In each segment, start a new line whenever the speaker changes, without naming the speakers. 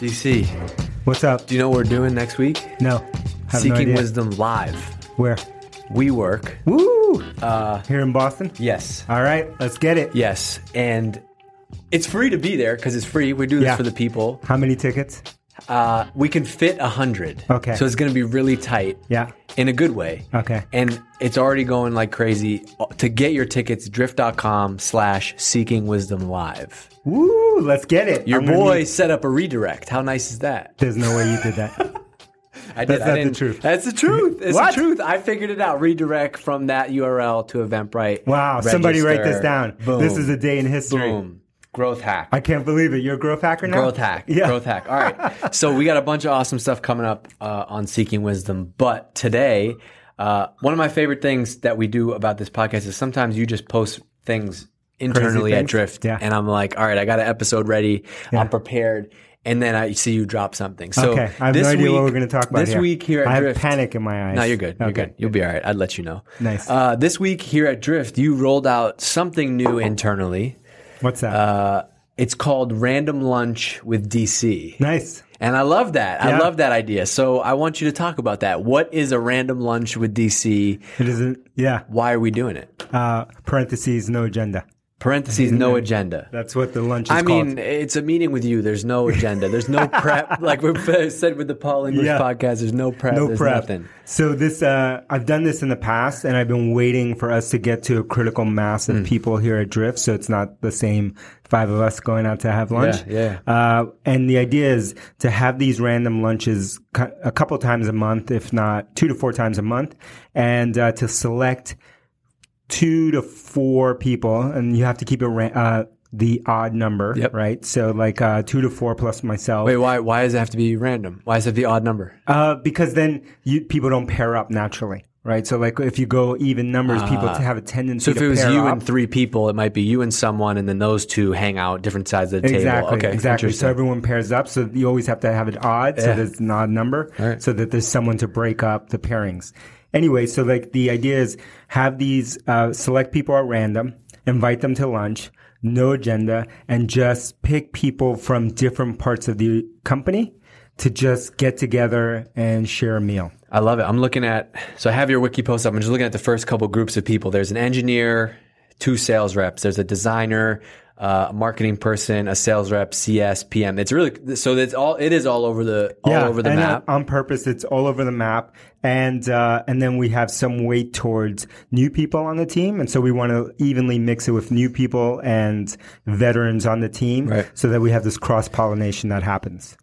DC,
What's up?
do you know what we're doing next week?
No. Have no
Seeking
idea.
Wisdom Live.
Where?
We work.
Woo! Uh, Here in Boston?
Yes.
All right, let's get it.
Yes. And it's free to be there because it's free. We do this
Yeah.
for the people.
How many tickets?
Uh, we can fit a hundred.
Okay.
So it's going to be really tight.
Yeah.
In a good way.
Okay.
And it's already going like crazy. Uh, To get your tickets, drift.com slash seeking wisdom live.
Woo! Let's get it.
Your
I'm gonna
boy
need-
set up a redirect. How nice is that?
There's no way you did that.
I
That's
I
not the
didn't-
truth.
That's the truth. It's
What?
the truth. I figured it out. Redirect from that URL to Eventbrite.
Wow! Somebody write this
Register.
down.
Boom.
This is a day in history.
boom. Growth hack.
I can't believe it. You're a growth hacker now.
Growth hack.
Yeah.
Growth hack. All right. so we got a bunch of awesome stuff coming up uh, on Seeking Wisdom. But today, uh, one of my favorite things that we do about this podcast is sometimes you just post things internally at
things?
Drift.
Yeah.
And I'm like, all right, I got an episode ready. I'm prepared. And then I see you drop something. So
Okay. I have
this
no idea what
week-
we're going to talk about
This
here.
week here at
I have
Drift.
panic in my eyes.
No, you're good. You're
Okay.
good. You'll be all right. I'd let you know.
Nice.
Uh, this week here at Drift, you rolled out something new internally.
What's that?
Uh, it's called Random Lunch with DC.
nice.
And I love that. I
Yeah.
love that idea. So I want you to talk about that. What is a random lunch with DC?
It isn't. Yeah.
Why are we doing it?
Uh, parentheses. No agenda.
Parentheses, no agenda.
That's what the lunch is
I
Mm-hmm. called.
mean, it's a meeting with you. There's no agenda. There's no prep. like we said with the Paul English
Yeah.
podcast, there's no prep.
no
there's
prep.
nothing.
So this, uh, I've done this in the past, and I've been waiting for us to get to a critical mass
Hmm.
of people here at Drift, so it's not the same five of us going out to have lunch.
Yeah,
Uh, and the idea is to have these random lunches cu- a couple times a month, if not two to four times a month, and uh, to select two to four people, and you have to keep it ra- uh, the odd number,
Yep.
right? So like uh, two to four plus myself.
Wait, why, why does it have to be random? Why is it the odd number?
Uh, because then you, people don't pair up naturally, right? So like if you go even numbers, people t- have a tendency
Ah. So if
to
it was
pair
you
up.
and three people, it might be you and someone, and then those two hang out different sides of the
Exactly.
table. Okay,
exactly. So
interesting.
everyone pairs up. So you always have to have it odd. So there's an odd number. So that there's someone to break up the pairings. Anyway, so like the idea is have these uh, select people at random, invite them to lunch, no agenda, and just pick people from different parts of the company to just get together and share a meal.
I love it. I'm looking at, so I have your wiki post up. I'm just looking at the first couple groups of people. There's an engineer, two sales reps, there's a designer, uh, a marketing person, a sales rep, CS, PM. It's really, so it's all, it is all over the, all over the
and uh,
map.
On, on purpose, it's all over the map, and uh, and then we have some weight towards new people on the team, and so we want to evenly mix it with new people and veterans on the team,
Right.
so that we have this cross pollination that happens.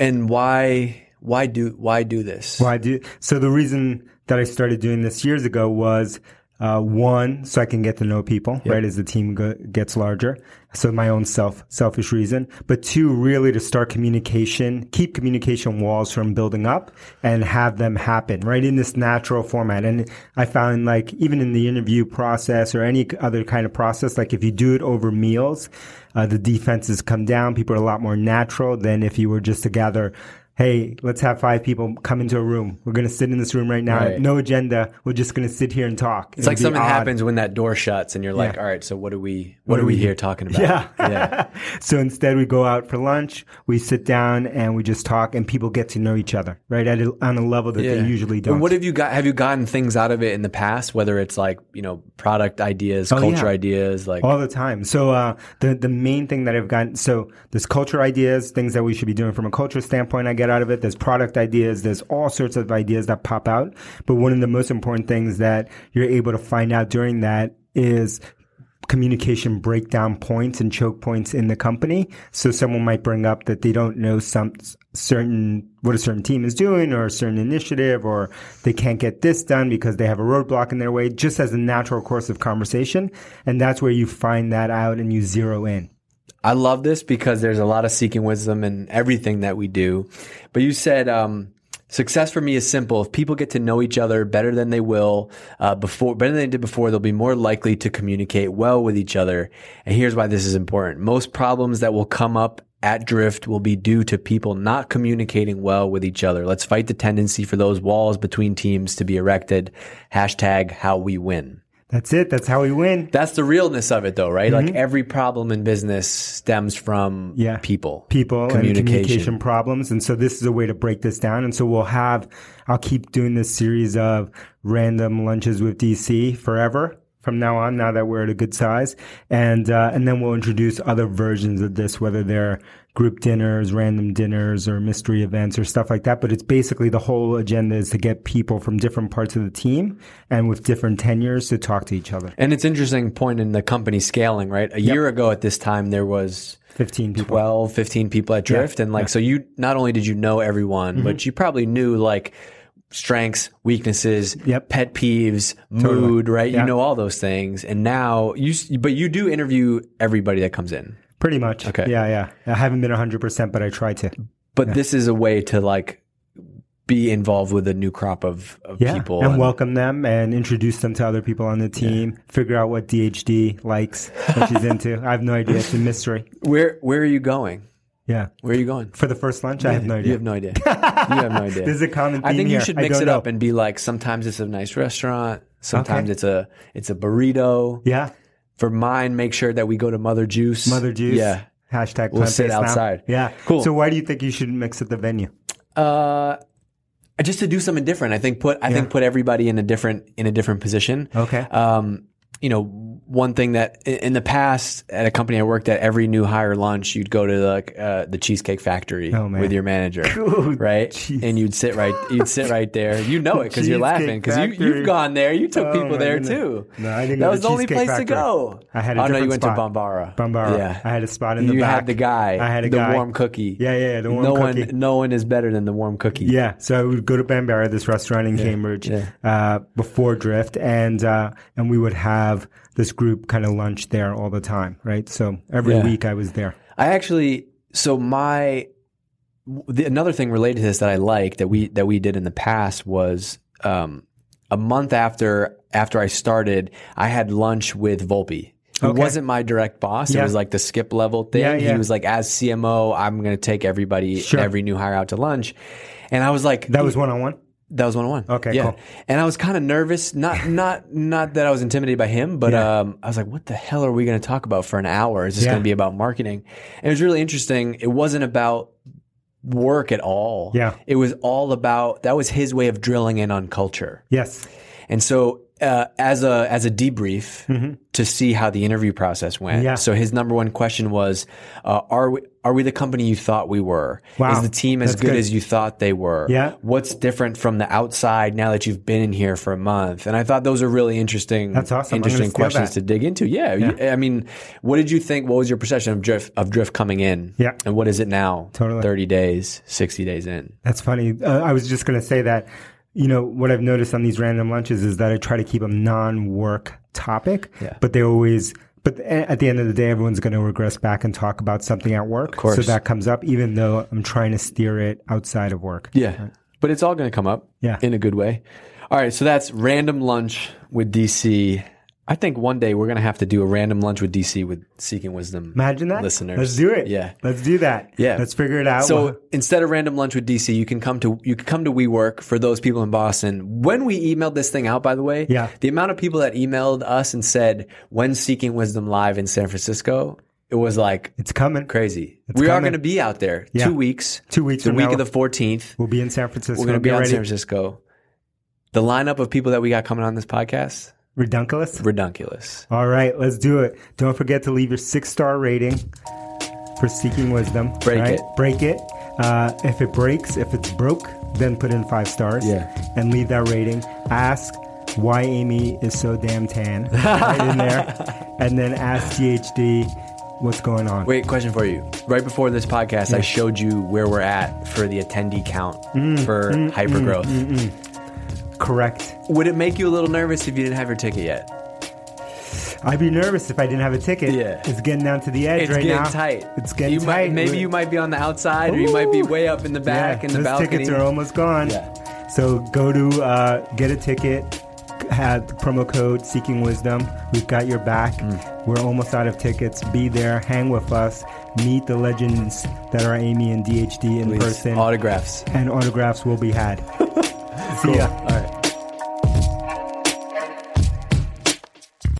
and why, why do, why do this?
Well, I do. So the reason that I started doing this years ago was uh, one, so I can get to know people, right? As the team go- gets larger, so my own self selfish reason, but two, really to start communication, keep communication walls from building up, and have them happen right in this natural format. And I found like even in the interview process or any other kind of process, like if you do it over meals, uh, the defenses come down. People are a lot more natural than if you were just to gather hey, let's have five people come into a room. We're going to sit in this room right now.
Right.
No agenda. We're just going to sit here and talk.
It's like something happens when that door shuts and you're like, all right, so what are we, what, are we here talking about?
Yeah. So instead, we go out for lunch, we sit down, and we just talk, and people get to know each other, right? At a, on a level that
Yeah.
they usually
And
don't.
what have you got? Have you gotten things out of it in the past? Whether it's like you know product ideas, culture
Oh, yeah.
ideas, like
all the time. So uh, the the main thing that I've gotten so there's culture ideas, things that we should be doing from a culture standpoint. I get out of it. There's product ideas. There's all sorts of ideas that pop out. But one of the most important things that you're able to find out during that is communication breakdown points and choke points in the company. So someone might bring up that they don't know some certain what a certain team is doing or a certain initiative or they can't get this done because they have a roadblock in their way just as a natural course of conversation and that's where you find that out and you zero in.
I love this because there's a lot of seeking wisdom in everything that we do. But you said um, success for me is simple. If people get to know each other better than they will uh, before, better than they did before, they'll be more likely to communicate well with each other. And here's why this is important: most problems that will come up at drift will be due to people not communicating well with each other. Let's fight the tendency for those walls between teams to be erected. Hashtag how we win.
That's it. That's how we win.
That's the realness of it, though, right? Like every problem in business stems from
Mm-hmm. Yeah.
people,
people
communication.
and communication problems. And so this is a way to break this down. And so we'll have, I'll keep doing this series of random lunches with DC forever from now on. Now that we're at a good size, and uh, and then we'll introduce other versions of this, whether they're group dinners, random dinners, or mystery events, or stuff like that. But it's basically the whole agenda is to get people from different parts of the team and with different tenures to talk to each other.
And it's interesting point in the company scaling, right? A year ago at this time, there was
Fifteen people.
12, 15 people at Drift. And like, so you not only did you know everyone, but
Mm-hmm.
you probably knew like strengths, weaknesses,
Yep.
pet peeves, mood, right? You know all those things. And now you, s- but you do interview everybody that comes in.
Pretty much.
Okay.
Yeah, yeah. I haven't been 100%, but I try to.
But this is a way to like be involved with a new crop of, of people.
and, welcome them and introduce them to other people on the team. Figure out what DHD likes, what she's into. I have no idea. It's a mystery.
where, where are you going?
Yeah.
Where are you going?
For the first lunch, I have no
You
idea.
have no idea. you have no idea.
This is a common
I
theme
think you
here.
should
I
mix
don't
it
know.
up and be like sometimes it's a nice restaurant, sometimes
Okay.
it's a it's a burrito.
yeah.
For mine, make sure that we go to Mother Juice.
Mother juice.
Yeah.
Hashtag
We'll sit
plant-based now.
outside.
Yeah.
Cool.
So why do you think you should mix at the venue?
Uh just to do something different. I think put I think put everybody in a different in a different position.
Okay.
Um you know, one thing that i- in the past at a company I worked at, every new hire lunch, you'd go to the uh, the Cheesecake Factory
Oh, man.
with your manager,
Dude,
right?
jeez.
And you'd sit right you'd sit right there. You know it because you're
Cheesecake
laughing because you
Factory.
you've gone there. You took
Oh,
people
my
there
goodness.
too.
No, I didn't go
that
to
was the only
Cheesecake
place
Factory.
to go.
I had a
oh no, you
different
went to
spot.
Bombara.
Bombara.
Yeah,
I had a spot in the
you
back.
had the guy.
I had a
the
guy.
warm cookie.
Yeah, yeah, yeah, the warm
no
cookie.
one, no one is better than the warm cookie.
Yeah, so I would go to Bambara, this restaurant in Cambridge,
yeah.
uh, before Drift, and uh, and we would have this group kind of lunch there all the time, right? So every
Yeah.
week I was there.
I actually, so my the, another thing related to this that I like that we that we did in the past was um, a month after after I started, I had lunch with Volpe. Who
Okay.
wasn't my direct boss. It
Yeah.
was like the skip level thing.
Yeah, yeah.
He was like, as CMO, I'm going to take everybody,
Sure.
every new hire out to lunch. And I was like,
That was one on one.
That was one on one.
Okay,
yeah.
cool.
And I was kind of nervous. Not not not that I was intimidated by him, but um, I was like, "What the hell are we going to talk about for an hour? Is this
Yeah.
going to be about marketing?" And it was really interesting. It wasn't about work at all.
Yeah.
It was all about that was his way of drilling in on culture.
Yes,
And so, uh, as a as a debrief to see how the interview process went.
Mm-hmm. Yeah.
So his number one question was, uh, "Are we are we the company you thought we were?
Wow.
Is the team as
That's
good,
good.
as you thought they were?
Yeah.
What's different from the outside now that you've been in here for a month?" And I thought those are really interesting.
That's awesome. I'm
Interesting
gonna steal
questions
that.
to dig into. Yeah. You- I mean, what did you think? What was your perception of drift of drift coming in?
Yeah.
And what is it now?
Totally.
Thirty days, sixty days in.
that's funny. Uh, I was just going to say that. You know what I've noticed on these random lunches is that I try to keep them non-work topic,
Yeah.
but they always. But a- at the end of the day, everyone's going to regress back and talk about something at work. Of
course.
So that comes up, even though I'm trying to steer it outside of work.
Yeah. But it's all going to come up
Yeah.
in a good way. All right. So that's random lunch with DC. I think one day we're going to have to do a random lunch with DC with Seeking Wisdom.
Imagine that.
Listeners.
Let's do it.
Yeah.
Let's do that.
Yeah.
Let's figure it out.
So instead of random lunch with DC, you can come to you can come to WeWork for those people in Boston. When we emailed this thing out, by the way,
Yeah.
the amount of people that emailed us and said when Seeking Wisdom live in San Francisco, it was like
it's coming.
crazy. we are
coming.
going to be out there
Yeah.
two weeks,
Two weeks
the
from
week
now.
of the fourteenth.
We'll be in San Francisco.
We're going to be
Get
out in
ready.
San Francisco. The lineup of people that we got coming on this podcast,
Redunculous.
redunculous.
All right, let's do it. Don't forget to leave your six star rating for seeking wisdom.
Break
right?
it.
Break it. Uh, if it breaks, if it's broke, then put in five stars.
Yeah.
And leave that rating. Ask why Amy is so damn tan. right in there. And then ask DHD what's going on.
Wait, question for you. Right before this podcast, I showed you where we're at for the attendee count
Mm,
for hypergrowth.
Correct.
Would it make you a little nervous if you didn't have your ticket yet?
I'd be nervous if I didn't have a ticket.
Yeah.
It's getting down to the edge
It's
right
getting
now.
tight.
It's getting
you
tight.
Might, maybe
We're-
you might be on the outside, or you might be
Ooh.
way up in the back
yeah,
in the
those
balcony.
tickets are almost gone.
Yeah.
So go to uh, get a ticket. Have promo code Seeking Wisdom. We've got your back.
Mm.
We're almost out of tickets. Be there. Hang with us. Meet the legends that are Amy and DHD in
Please,
person.
Autographs.
and autographs will be had. See ya.
All right.